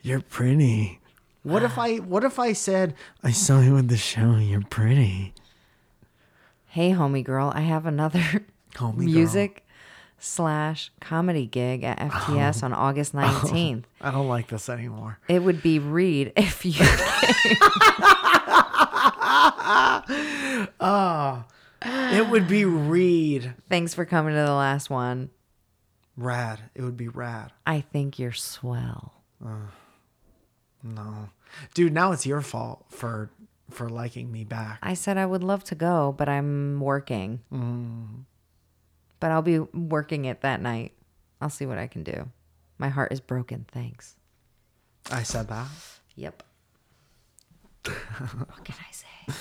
Speaker 2: You're pretty. What if I what if I said I saw you at the show, you're pretty.
Speaker 1: Hey, homie girl, I have another
Speaker 2: Homie girl.
Speaker 1: music slash comedy gig at FTS on August 19th.
Speaker 2: I don't like this anymore.
Speaker 1: It would be Reed if you.
Speaker 2: It would be Reed.
Speaker 1: Thanks for coming to the last one.
Speaker 2: Rad. It would be rad.
Speaker 1: I think you're swell.
Speaker 2: No. Dude, now it's your fault for for liking me back.
Speaker 1: I said I would love to go, but I'm working. But I'll be working it that night. I'll see what I can do. My heart is broken. Thanks.
Speaker 2: I said that.
Speaker 1: Yep. what can I say?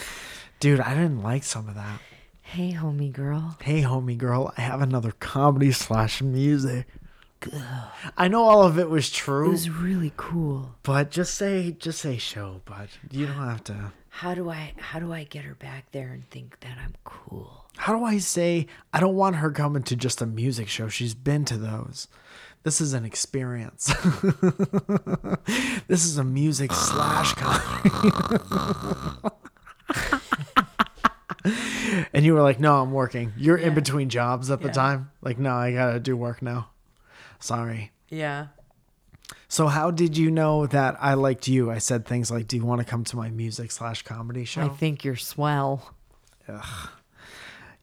Speaker 2: Dude, I didn't like some of that.
Speaker 1: Hey, homie girl.
Speaker 2: Hey, homie girl, I have another comedy slash music. I know all of it was
Speaker 1: It
Speaker 2: true,
Speaker 1: was really cool.
Speaker 2: but just say just say show, bud. You don't have to.
Speaker 1: How do I how do I get her back there and think that I'm cool?
Speaker 2: How do I say I don't want her coming to just a music show? She's been to those. This is an experience. this is a music slash comedy. and you were like, "No, I'm working. You're in between jobs at the time. Like, no, I gotta do work now. Sorry."
Speaker 1: Yeah.
Speaker 2: So how did you know that I liked you? I said things like, "Do you want to come to my music slash comedy show?"
Speaker 1: I think you're swell.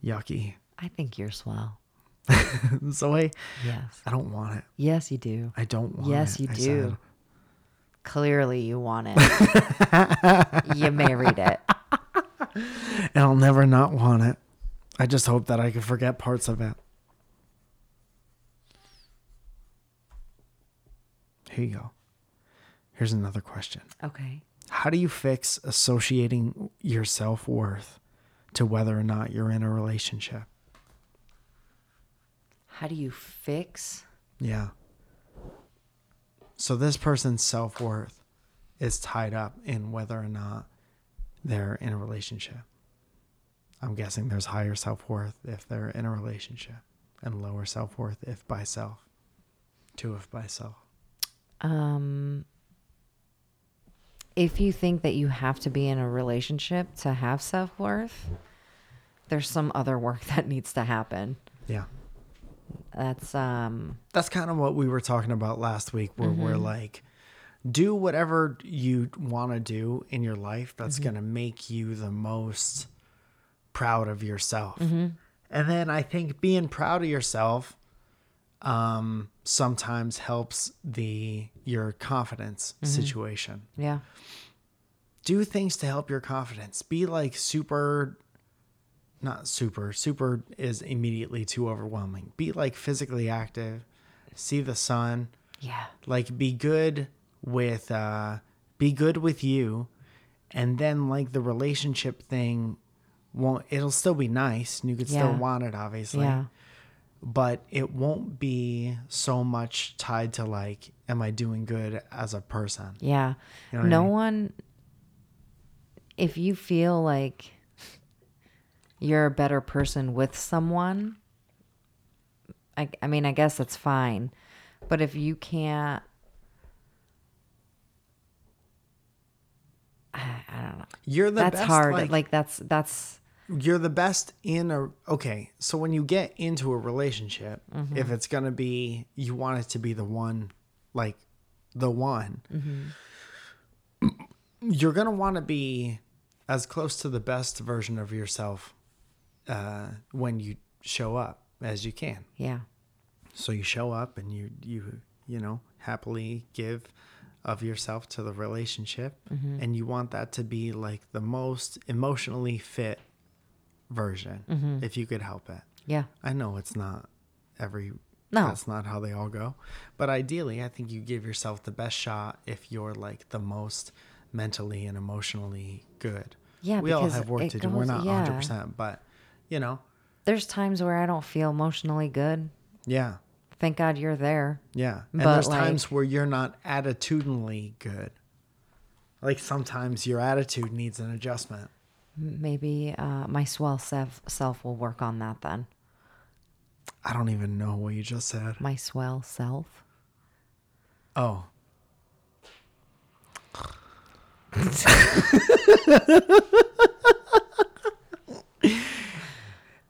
Speaker 2: Yucky.
Speaker 1: I think you're swell.
Speaker 2: So I,
Speaker 1: Yes.
Speaker 2: I don't want it.
Speaker 1: Yes, you do.
Speaker 2: I don't want
Speaker 1: Yes,
Speaker 2: it.
Speaker 1: you
Speaker 2: I
Speaker 1: do.
Speaker 2: said.
Speaker 1: Clearly, you want it. you married it.
Speaker 2: and I'll never not want it. I just hope that I can forget parts of it. Here you go. Here's another question
Speaker 1: Okay.
Speaker 2: How do you fix associating your self worth to whether or not you're in a relationship?
Speaker 1: How do you fix?
Speaker 2: Yeah. So this person's self worth is tied up in whether or not they're in a relationship. I'm guessing there's higher self worth if they're in a relationship, and lower self worth if by self, two if by self.
Speaker 1: Um, if you think that you have to be in a relationship to have self worth, there's some other work that needs to happen.
Speaker 2: Yeah.
Speaker 1: That's um,
Speaker 2: That's kind of what we were talking about last week, where we're like, do whatever you want to do in your life that's going to make you the most proud of yourself. And then I think being proud of yourself um, sometimes helps the your confidence situation.
Speaker 1: yeah,
Speaker 2: Do things to help your confidence. Be like super not super. Super is immediately too overwhelming. Be like physically active. See the sun
Speaker 1: yeah,
Speaker 2: like be good with uh be good with you and then like the relationship thing won't it'll still be nice and you could still
Speaker 1: Yeah.
Speaker 2: want it obviously
Speaker 1: yeah,
Speaker 2: but it won't be so much tied to like am i doing good as a person
Speaker 1: yeah.
Speaker 2: You know what I
Speaker 1: no
Speaker 2: mean?
Speaker 1: one. If you feel like you're a better person with someone, I, I mean, I guess that's fine. But if you can't, I, I don't know.
Speaker 2: you're the
Speaker 1: that's
Speaker 2: best
Speaker 1: hard.
Speaker 2: like,
Speaker 1: Like, that's that's
Speaker 2: you're the best in a okay so when you get into a relationship if it's gonna be you want it to be the one like the one you're gonna want to be as close to the best version of yourself uh, when you show up as you can
Speaker 1: yeah,
Speaker 2: so you show up and you you you know happily give of yourself to the relationship
Speaker 1: Mm-hmm.
Speaker 2: and you want that to be like the most emotionally fit version
Speaker 1: Mm-hmm.
Speaker 2: if you could help it
Speaker 1: yeah,
Speaker 2: i know it's not every
Speaker 1: No.
Speaker 2: that's not how they all go but ideally i think you give yourself the best shot if you're like the most mentally and emotionally good
Speaker 1: Yeah,
Speaker 2: we all
Speaker 1: because
Speaker 2: have work
Speaker 1: it
Speaker 2: to do we're
Speaker 1: goes-
Speaker 2: not
Speaker 1: yeah.
Speaker 2: 100% but you know
Speaker 1: There's times where I don't feel emotionally good.
Speaker 2: yeah
Speaker 1: Thank God you're there.
Speaker 2: Yeah. And
Speaker 1: But,
Speaker 2: there's
Speaker 1: like-
Speaker 2: times where you're not attitudinally good. Like sometimes your attitude needs an adjustment.
Speaker 1: M- Maybe uh, my swell self self will work on that then.
Speaker 2: I don't even know what you just said.
Speaker 1: My swell self.
Speaker 2: Oh.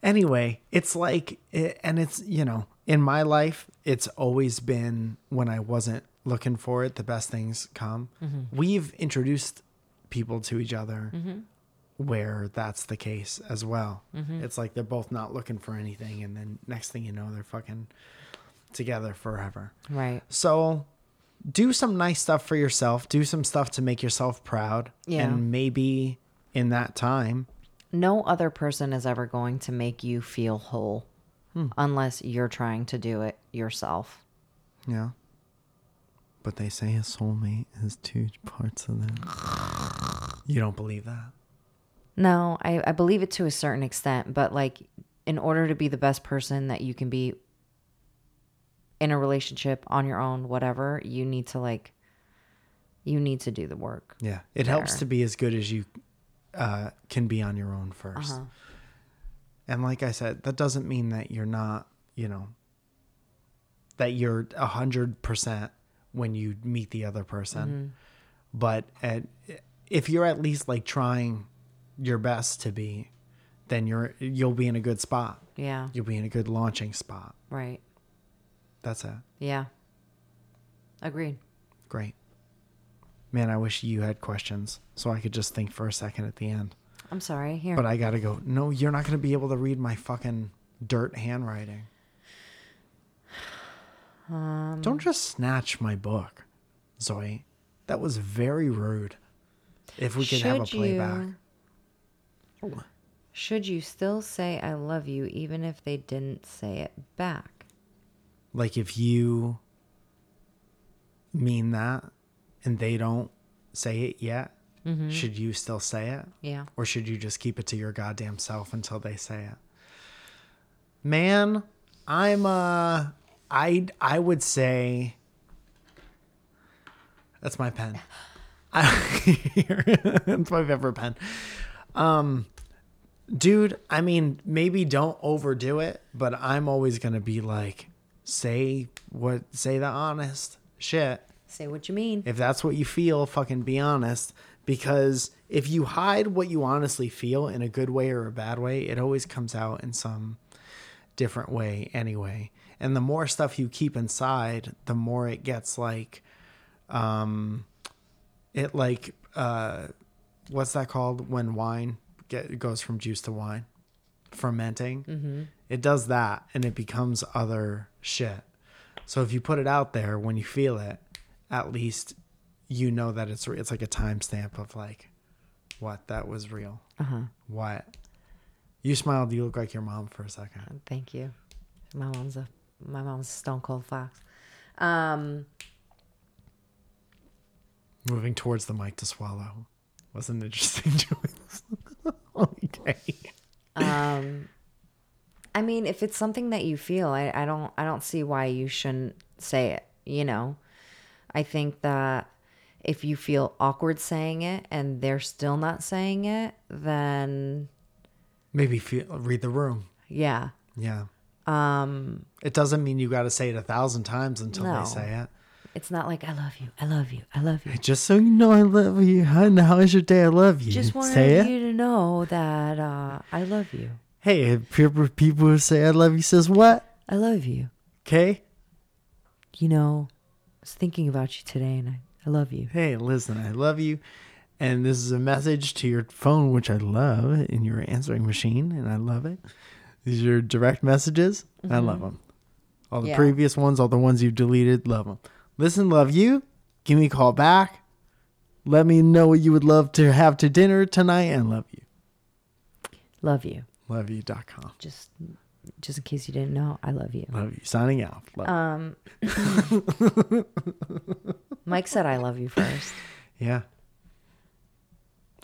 Speaker 2: anyway, it's like, eh, and it's, you know, in my life, it's always been when I wasn't looking for it, the best things come. We've introduced people to each other where that's the case as well. It's like they're both not looking for anything. And then next thing you know, they're fucking together forever.
Speaker 1: Right.
Speaker 2: So do some nice stuff for yourself, do some stuff to make yourself proud.
Speaker 1: Yeah.
Speaker 2: And maybe in that time,
Speaker 1: No other person is ever going to make you feel whole Hmm. unless you're trying to do it yourself.
Speaker 2: Yeah. But they say a soulmate is two parts of them. You don't believe that?
Speaker 1: No, I, I believe it to a certain extent, but like in order to be the best person that you can be in a relationship on your own, whatever, you need to like you need to do the work.
Speaker 2: Yeah. It helps
Speaker 1: Fair.
Speaker 2: to be as good as you uh, can be on your own 1st And like I said, that doesn't mean that you're not, you know, that you're a hundred percent when you meet the other person. But at, if you're at least like trying your best to be, then you're you'll be in a good spot.
Speaker 1: Yeah.
Speaker 2: You'll be in a good launching spot.
Speaker 1: Right.
Speaker 2: That's it.
Speaker 1: Yeah. Agreed.
Speaker 2: Great. Man, I wish you had questions so I could just think for a second at the end.
Speaker 1: I'm sorry. Here.
Speaker 2: But I gotta go. No, you're not gonna be able to read my fucking dirt handwriting. Don't just snatch my book, Zoe. That was very rude. If we could have a playback.
Speaker 1: you- should you still say I love you even if they didn't say it back?
Speaker 2: Like if you mean that and they don't say it yet, should you still say it?
Speaker 1: Yeah.
Speaker 2: Or should you just keep it to your goddamn self until they say it? Man, I'm uh I I would say That's my pen. I, that's my favorite pen. Um dude, I mean, maybe don't overdo it, but I'm always going to be like say what say the honest shit.
Speaker 1: Say what you mean.
Speaker 2: If that's what you feel, fucking be honest. Because if you hide what you honestly feel in a good way or a bad way, it always comes out in some different way anyway. And the more stuff you keep inside, the more it gets like, um, it like, uh, what's that called when wine get, goes from juice to wine? Fermenting. Mm-hmm. It does that and it becomes other shit. So if you put it out there when you feel it, at least you know that it's re- it's like a timestamp of like what that was real. What you smiled, you look like your mom for a second.
Speaker 1: Thank you. My mom's a my mom's a stone cold fox. Um,
Speaker 2: Moving towards the mic to swallow was an interesting choice. okay.
Speaker 1: I mean, if it's something that you feel, I, I don't I don't see why you shouldn't say it. You know, I think that if you feel awkward saying it and they're still not saying it, then
Speaker 2: Maybe feel, read the room.
Speaker 1: yeah,
Speaker 2: Yeah. Um. It doesn't mean you got to say it a thousand times until
Speaker 1: No.
Speaker 2: they say it.
Speaker 1: it's not like I love you, I love you, I love you.
Speaker 2: Just so you know, I love you. How how is your day? I love you.
Speaker 1: Just
Speaker 2: say
Speaker 1: wanted
Speaker 2: it.
Speaker 1: you to know that uh, I love you.
Speaker 2: Hey, if people people who say I love you says what?
Speaker 1: I love you.
Speaker 2: Okay.
Speaker 1: You know, I was thinking about you today, and I, I love you.
Speaker 2: hey, listen, I love you. And this is a message to your phone, which I love, in your answering machine, and I love it. These are direct messages. I love them. All
Speaker 1: Mm-hmm.
Speaker 2: the
Speaker 1: Yeah.
Speaker 2: previous ones, all the ones you've deleted, love them. Listen, love you. Give me a call back. Let me know what you would love to have to dinner tonight, and love you.
Speaker 1: Love you.
Speaker 2: Love you.com.
Speaker 1: Just just in case you didn't know, I love you.
Speaker 2: Love you. Signing out. Love you.
Speaker 1: Mike said I love you first.
Speaker 2: Yeah.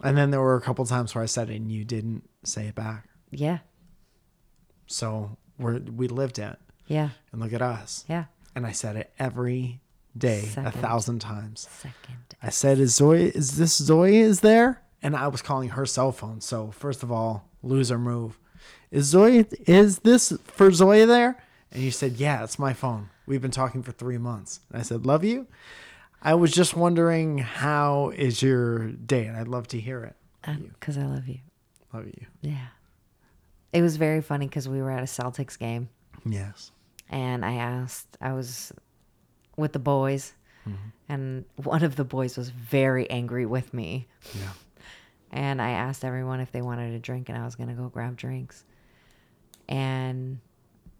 Speaker 2: And then there were a couple times where I said it and you didn't say it back.
Speaker 1: Yeah.
Speaker 2: So we're, we lived it.
Speaker 1: Yeah.
Speaker 2: And look at us.
Speaker 1: Yeah.
Speaker 2: And I said it every day, a
Speaker 1: Second.
Speaker 2: thousand times.
Speaker 1: Second.
Speaker 2: I said, "Is Zoe? Is this Zoe? Is there?" And I was calling her cell phone. So first of all, loser move. Is Zoe? Is this for Zoe there? And you said, "Yeah, it's my phone. We've been talking for three months." And I said, "Love you." I was just wondering how is your day, and I'd love to hear it.
Speaker 1: Because Um, I love you.
Speaker 2: Love you.
Speaker 1: Yeah. It was very funny because we were at a Celtics game
Speaker 2: Yes.
Speaker 1: and I asked, I was with the boys, and one of the boys was very angry with me.
Speaker 2: Yeah.
Speaker 1: And I asked everyone if they wanted a drink, and I was going to go grab drinks. And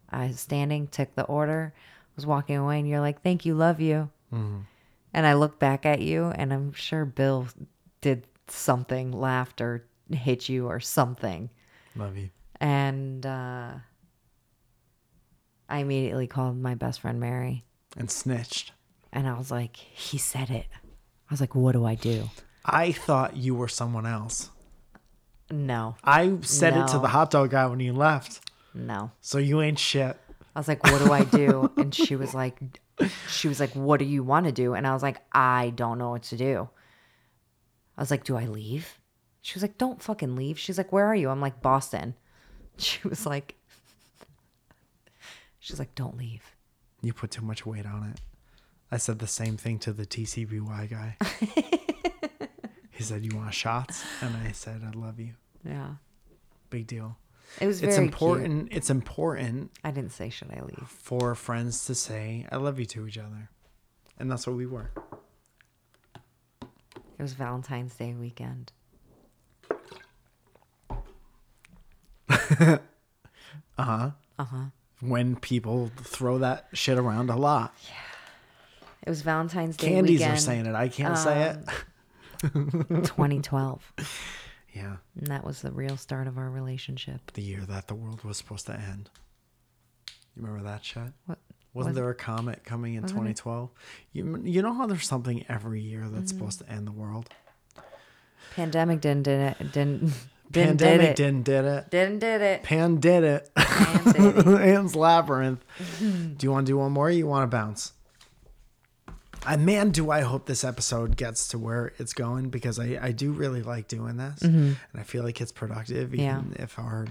Speaker 1: I was standing, took the order, was walking away, and you're like, thank you, love you. And I look back at you, and I'm sure Bill did something, laughed or hit you or something.
Speaker 2: Love you.
Speaker 1: And uh, I immediately called my best friend Mary,
Speaker 2: And snitched.
Speaker 1: and I was like, he said it. I was like, what do I do?
Speaker 2: I thought you were someone else.
Speaker 1: No,
Speaker 2: I said it to
Speaker 1: No.
Speaker 2: the hot dog guy when you left.
Speaker 1: no.
Speaker 2: So you ain't shit.
Speaker 1: I was like, what do I do? And she was like, she was like, what do you want to do? And I was like, I don't know what to do. I was like, do I leave? She was like, don't fucking leave. She's like, where are you? I'm like, Boston. She was like, she's like, don't leave.
Speaker 2: You put too much weight on it. I said the same thing to the TCBY guy. he said, You want shots? And I said, I love you.
Speaker 1: Yeah.
Speaker 2: Big deal.
Speaker 1: It was very
Speaker 2: It's
Speaker 1: cute.
Speaker 2: important. It's important
Speaker 1: I didn't say, should I leave?
Speaker 2: for friends to say, I love you to each other. And that's what we were.
Speaker 1: It was Valentine's Day weekend.
Speaker 2: When people throw that shit around a lot,
Speaker 1: It was Valentine's Day
Speaker 2: candies
Speaker 1: weekend. Um,
Speaker 2: are saying it. I can't say it.
Speaker 1: 2012.
Speaker 2: Yeah.
Speaker 1: and that was the real start of our relationship.
Speaker 2: the year that the world was supposed to end. You remember that shit?
Speaker 1: What?
Speaker 2: Wasn't there a comet coming in 2012? You you know how there's something every year that's
Speaker 1: Mm.
Speaker 2: supposed to end the world.
Speaker 1: Pandemic didn't did it. Didn't. Didn't did
Speaker 2: Pandemic
Speaker 1: it.
Speaker 2: didn't did it.
Speaker 1: Didn't did it.
Speaker 2: Pan did it.
Speaker 1: Pan did it.
Speaker 2: Pan's labyrinth. do you want to do one more? Or you want to bounce? I man, do I hope this episode gets to where it's going because I I do really like doing this and I feel like it's productive even
Speaker 1: Yeah.
Speaker 2: if our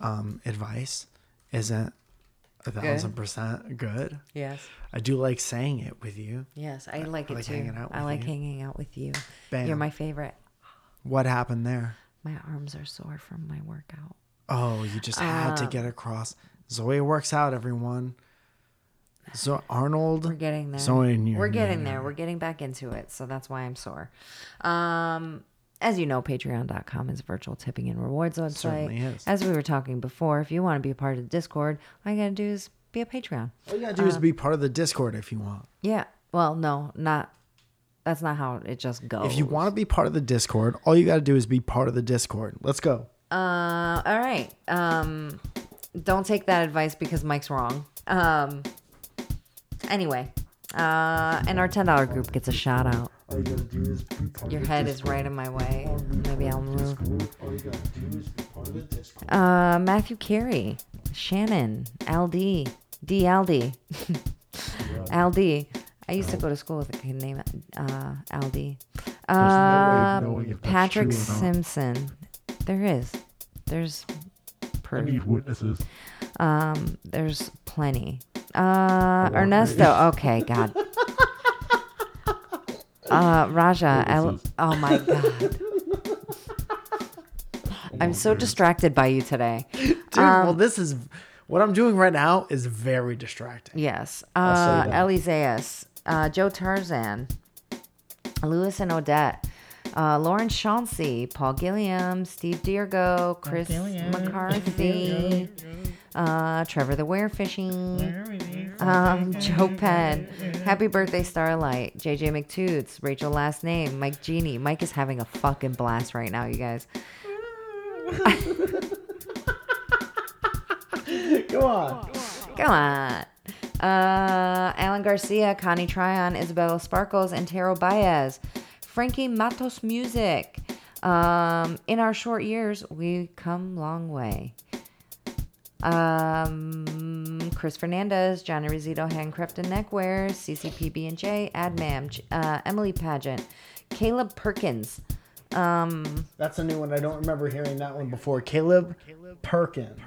Speaker 2: um, advice isn't a thousand percent good.
Speaker 1: Yes.
Speaker 2: I do like saying it with you.
Speaker 1: Yes. I like it
Speaker 2: like
Speaker 1: too.
Speaker 2: hanging out
Speaker 1: I
Speaker 2: with
Speaker 1: like
Speaker 2: you.
Speaker 1: hanging out with you. You're
Speaker 2: Bam.
Speaker 1: my favorite.
Speaker 2: What happened there?
Speaker 1: My arms are sore from my workout.
Speaker 2: Oh, you just had to get across. Zoe works out, everyone. So Arnold,
Speaker 1: We're getting there.
Speaker 2: So in your
Speaker 1: We're getting there. We're getting back into it. So that's why I'm sore. Um, as you know, patreon.com is a virtual tipping and rewards website.
Speaker 2: Certainly is.
Speaker 1: As we were talking before, if you want to be a part of the Discord, all you got to do is be a Patreon.
Speaker 2: All you gotta do is be part of the Discord if you want.
Speaker 1: Yeah. Well, no, not. That's not how it just goes.
Speaker 2: If you want to be part of the Discord, all you gotta do is be part of the Discord. Let's go.
Speaker 1: Uh, all right. Um, don't take that advice because Mike's wrong. Um, anyway, uh, and our ten dollar group gets a shout out.
Speaker 2: All you gotta do is be part
Speaker 1: Your head is right in my way. Maybe I'll move.
Speaker 2: All you gotta do is be part of the Discord.
Speaker 1: Uh, Matthew Carey, Shannon, LD, DLD, LD. I used to go to school with a kid named uh, LD. Uh,
Speaker 2: knowing if that's
Speaker 1: Patrick
Speaker 2: true or not.
Speaker 1: Simpson. There is. There's proof.
Speaker 4: witnesses.
Speaker 1: Um, there's plenty. Uh, Ernesto. Okay, God. Uh, Raja. El- oh my God. I'm so distracted by you today.
Speaker 2: Dude, well,
Speaker 1: Um,
Speaker 2: this is what I'm doing right now is very distracting.
Speaker 1: Yes.
Speaker 4: I'll
Speaker 1: Uh,
Speaker 4: say that.
Speaker 1: Eliseus. Uh, Joe Tarzan. Lewis and Odette. Uh, Lauren Chauncey, Paul Gilliam, Steve Diergo, Chris McCarthy, uh, Trevor the Werefishing, um, Joe Penn, Happy Birthday Starlight, JJ McToots, Rachel Last Name, Mike Genie. Mike is having a fucking blast right now, you guys.
Speaker 2: Go on.
Speaker 1: Come on. Uh, Alan Garcia, Connie Tryon, Isabella Sparkles, and Taro Baez. Frankie Matos Music. Um, in our short years, we come long way. Um, Chris Fernandez, Johnny Rizito, Handcraft and Neckwear, CCPB and J, Admam, J- uh, Emily Pageant, Caleb Perkins. um,
Speaker 2: That's a new one. I don't remember hearing that one before. Caleb Perkins.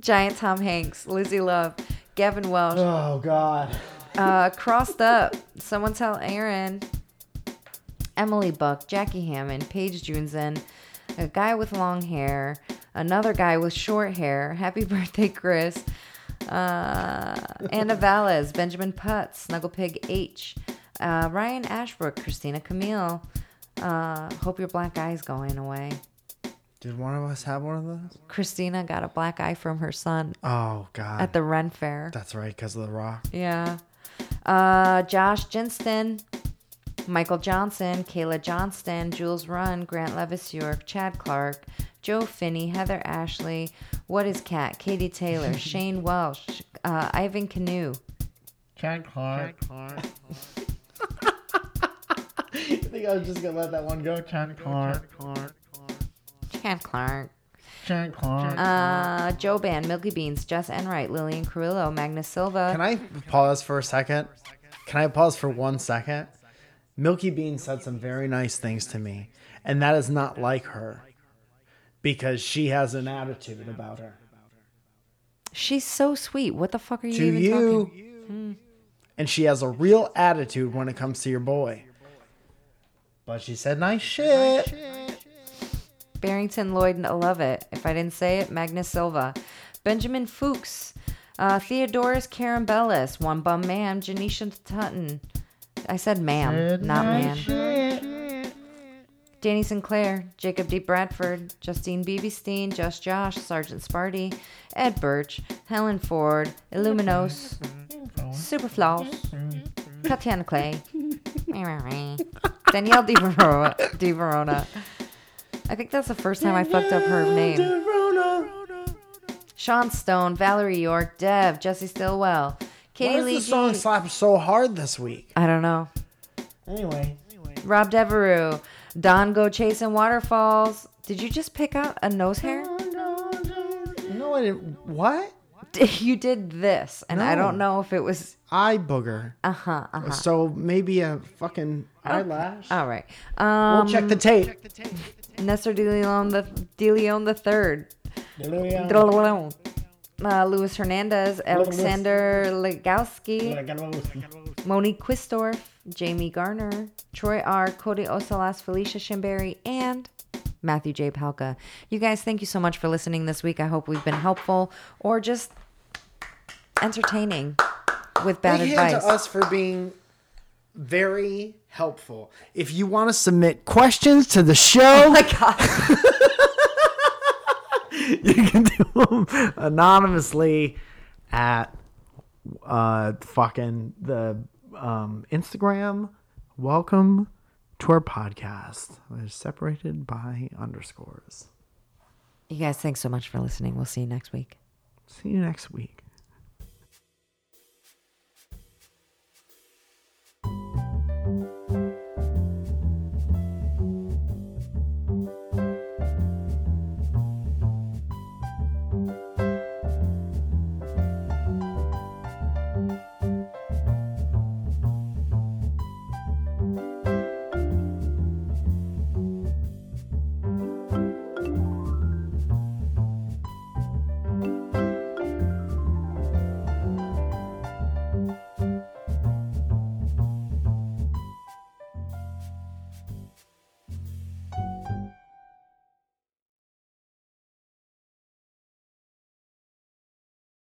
Speaker 1: Giant Tom Hanks, Lizzie Love, Gavin Welsh,
Speaker 2: Oh God.
Speaker 1: uh, crossed up. Someone tell Aaron. Emily Buck, Jackie Hammond, Paige Junzen, a guy with long hair, another guy with short hair. Happy birthday, Chris. Uh, Anna Valles, Benjamin Putz, Snuggle Pig H, uh, Ryan Ashbrook, Christina Camille. Uh, hope your black eye's going away.
Speaker 2: Did one of us have one of those?
Speaker 1: Christina got a black eye from her son
Speaker 2: Oh God,
Speaker 1: at the Ren Fair.
Speaker 2: that's right, because of the rock.
Speaker 1: Yeah. Uh, Josh Jinston, Michael Johnson, Kayla Johnston, Jules Run, Grant Levis York, Chad Clark, Joe Finney, Heather Ashley, What is Cat, Katie Taylor, Shane Welsh, uh, Ivan Canoe.
Speaker 2: Chad Clark. I think I was just gonna let that one go. Chad Clark.
Speaker 1: Chad Clark.
Speaker 2: Chad Clark.
Speaker 1: Uh, Joe Ban, Milky Beans, Jess Enright, Lillian Carrillo, Magnus Silva.
Speaker 2: Can I pause for a second? Can I pause for one second? Milky Bean said some very nice things to me, and that is not like her because she has an attitude about her.
Speaker 1: She's so sweet. What the fuck are you
Speaker 2: To
Speaker 1: even
Speaker 2: you.
Speaker 1: talking? Hmm.
Speaker 2: And she has a real attitude when it comes to your boy. But she said nice shit.
Speaker 1: Barrington Lloyd, and I love it. If I didn't say it, Magnus Silva, Benjamin Fuchs, uh, Theodorus Carambellis, One Bum Man, Janisha Tutton. I said ma'am, not man. Danny Sinclair, Jacob D. Bradford, Justine Beebestein, Just Josh, Sergeant Sparty, Ed Birch, Helen Ford, Illuminos, Superfloss, Tatiana Clay, Danielle Di Verona, Di Verona. I think that's the first time I fucked up her name. Sean Stone, Valerie York, Dev, Jesse Stillwell,
Speaker 2: Why
Speaker 1: Katie
Speaker 2: is
Speaker 1: Lee.
Speaker 2: the song
Speaker 1: G-
Speaker 2: slap so hard this week?
Speaker 1: I don't know.
Speaker 2: Anyway,
Speaker 1: Rob Devereux, Don Go Chasing Waterfalls. Did you just pick out a nose hair?
Speaker 2: Uh-huh. no, I didn't. What?
Speaker 1: You did this, and I don't know if it was.
Speaker 2: Eye booger.
Speaker 1: Uh huh. Uh huh.
Speaker 2: So maybe a fucking eyelash.
Speaker 1: All right.
Speaker 2: We'll
Speaker 1: Oh. Um,
Speaker 2: check the tape.
Speaker 1: Nestor DeLeon the DeLeon the third. Uh, Luis Hernandez, Alexander Legowski, Monique Quistorf, Jamie Garner, Troy R., Cody Osalas, Felicia Shimberry, and Matthew J. Palka. You guys, thank you so much for listening this week. I hope we've been helpful or just entertaining with bad
Speaker 2: Big hand
Speaker 1: advice.
Speaker 2: to us for being very helpful. If you want to submit questions to the show,
Speaker 1: my God.
Speaker 2: you can do them anonymously at uh fucking the um Instagram. Welcome to our podcast. We're separated by underscores.
Speaker 1: You guys, thanks so much for listening. We'll see you next week.
Speaker 2: See you next week.